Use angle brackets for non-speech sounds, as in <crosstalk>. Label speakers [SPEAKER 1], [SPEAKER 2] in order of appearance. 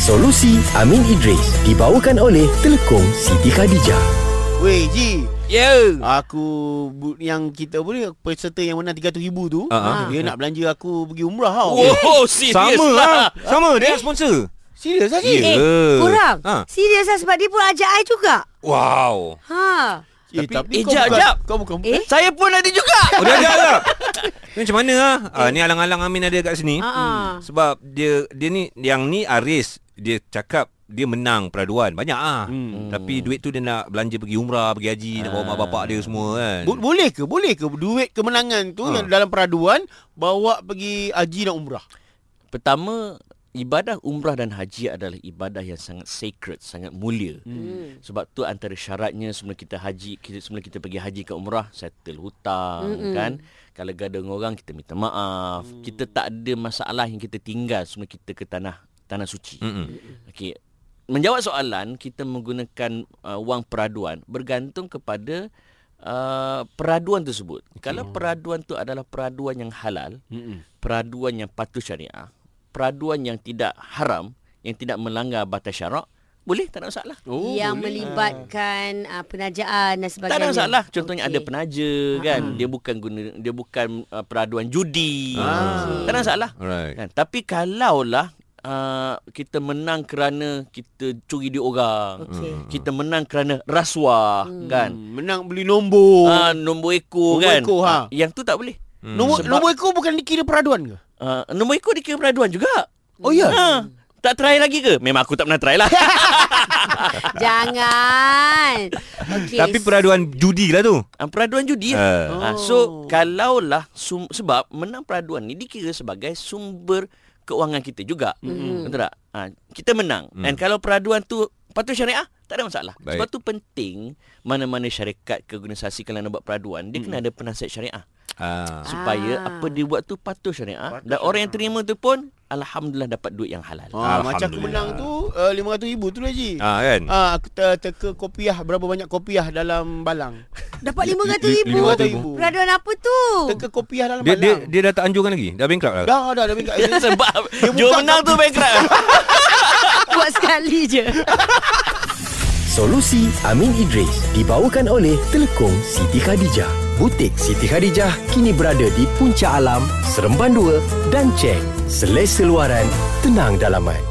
[SPEAKER 1] Solusi Amin Idris dibawakan oleh Telekom Siti Khadijah.
[SPEAKER 2] Weh Ji
[SPEAKER 3] Ya. Yeah.
[SPEAKER 2] Aku bu- Yang kita boleh Peserta yang menang 300 ribu tu
[SPEAKER 3] Ah, Oh. ah.
[SPEAKER 2] Dia nak belanja aku Pergi umrah tau
[SPEAKER 3] Wow, serius
[SPEAKER 4] Sama
[SPEAKER 3] lah.
[SPEAKER 4] lah Sama dia nak sponsor
[SPEAKER 2] Serius lah
[SPEAKER 4] Ya.
[SPEAKER 2] Ji
[SPEAKER 4] Eh,
[SPEAKER 5] Kurang
[SPEAKER 4] Ha.
[SPEAKER 5] ha. Serius lah sebab dia pun ajak I juga
[SPEAKER 4] Wow
[SPEAKER 5] Ha
[SPEAKER 2] Eh, tapi
[SPEAKER 3] eh, jap,
[SPEAKER 2] bukan,
[SPEAKER 3] jap.
[SPEAKER 2] Kau bukan
[SPEAKER 5] Eh?
[SPEAKER 3] Saya pun ada juga.
[SPEAKER 4] Oh dia ada lah <laughs> Ni macam mana lah ah, Ni alang-alang Amin ada kat sini
[SPEAKER 5] Ah.
[SPEAKER 4] Sebab dia dia ni Yang ni Aris Dia cakap dia menang peraduan Banyak ah. Hmm. Ah. Tapi duit tu dia nak belanja pergi umrah, pergi haji, nak bawa mak bapak dia semua kan.
[SPEAKER 2] Bo- boleh ke? Boleh ke duit kemenangan tu
[SPEAKER 4] Ha.
[SPEAKER 2] yang dalam peraduan bawa pergi haji dan umrah?
[SPEAKER 3] Pertama, ibadah umrah dan haji adalah ibadah yang sangat sacred, sangat mulia. Hmm. Sebab tu antara syaratnya sebelum kita haji, kita sebelum kita pergi haji ke umrah, settle hutang hmm. kan. Kalau gada dengan orang kita minta maaf. Hmm. Kita tak ada masalah yang kita tinggal sebelum kita ke tanah tanah suci.
[SPEAKER 4] Mm-mm.
[SPEAKER 3] Okey. Menjawab soalan, kita menggunakan uh, wang peraduan bergantung kepada uh, peraduan tersebut. Okay. Kalau peraduan tu adalah peraduan yang halal,
[SPEAKER 2] Mm-mm.
[SPEAKER 3] peraduan yang patuh syariah, peraduan yang tidak haram, yang tidak melanggar batas syarak, boleh tak ada masalah.
[SPEAKER 5] oh, Yang boleh. melibatkan uh, penajaan dan sebagainya
[SPEAKER 3] Tak ada masalah. Contohnya okay. ada
[SPEAKER 5] penajaan
[SPEAKER 3] penaja kan, dia bukan guna dia bukan uh, peraduan judi.
[SPEAKER 4] Ah.
[SPEAKER 3] Tak ada masalah.
[SPEAKER 4] Alright.
[SPEAKER 3] Kan? Tapi kalaulah uh, kita menang kerana kita curi duit orang. Hmm.
[SPEAKER 5] Okey.
[SPEAKER 3] Kita menang kerana rasuah hmm. kan.
[SPEAKER 2] Menang beli nombor.
[SPEAKER 3] Uh, nombor
[SPEAKER 2] Oh.
[SPEAKER 3] ekor
[SPEAKER 2] Nombor
[SPEAKER 3] kan.
[SPEAKER 2] ekor, ha.
[SPEAKER 3] Ah, yang tu tak boleh.
[SPEAKER 2] Hmm. Nombor,
[SPEAKER 3] Sebab-
[SPEAKER 2] nombor ekor bukan dikira peraduan ke?
[SPEAKER 3] Uh, nombor ekor dikira peraduan juga.
[SPEAKER 2] Oh ya.
[SPEAKER 3] Ha. Tak try lagi ke? Memang aku tak pernah try lah.
[SPEAKER 2] <laughs>
[SPEAKER 3] <laughs>
[SPEAKER 5] Jangan okay.
[SPEAKER 4] Tapi peraduan judi lah tu.
[SPEAKER 3] Ah, peraduan judi lah.
[SPEAKER 4] Ah.
[SPEAKER 3] Ah, so kalaulah sum, sebab menang peraduan ni dikira sebagai sumber keuangan kita juga. Mm-hmm. Betul tak? Ah, kita menang.
[SPEAKER 2] Hmm.
[SPEAKER 3] Mm. Dan kalau peraduan tu patut syariah tak ada masalah.
[SPEAKER 4] Baik.
[SPEAKER 3] Baik. Sebab tu penting mana-mana syarikat ke organisasi kalau nak buat peraduan dia mm.
[SPEAKER 2] Hmm.
[SPEAKER 3] kena ada penasihat syariah
[SPEAKER 4] Ah.
[SPEAKER 3] supaya
[SPEAKER 5] Ah.
[SPEAKER 3] apa dia buat tu patut syariah dan orang yang terima tu pun alhamdulillah dapat duit yang halal.
[SPEAKER 2] Ha, macam aku
[SPEAKER 4] Alhamdulillah.
[SPEAKER 2] menang tu uh, 500 ribu tu lah Ji.
[SPEAKER 4] Ah kan.
[SPEAKER 2] Ah, aku ter- teka kopiah berapa banyak kopiah dalam balang?
[SPEAKER 5] Dapat
[SPEAKER 4] Li- li-
[SPEAKER 5] RM500,000
[SPEAKER 4] RM500,000.
[SPEAKER 5] Peraduan apa tu
[SPEAKER 2] Teka kopiah dalam
[SPEAKER 4] Dia dia
[SPEAKER 2] balang.
[SPEAKER 4] dia dah tak anjurkan lagi. Dah bankrupt lah.
[SPEAKER 2] Dah dah dah
[SPEAKER 3] <laughs>
[SPEAKER 2] minta.
[SPEAKER 3] <laughs> Sebab
[SPEAKER 2] Dia
[SPEAKER 3] Joe
[SPEAKER 2] buka
[SPEAKER 3] menang tu bankrupt.
[SPEAKER 5] Buat sekali je
[SPEAKER 1] Solusi Amin Idris dibawakan oleh Telekom Siti Khadijah. Butik Siti Khadijah kini berada di Puncak Alam, Seremban 2 dan Cheng. Selesa luaran, tenang dalaman.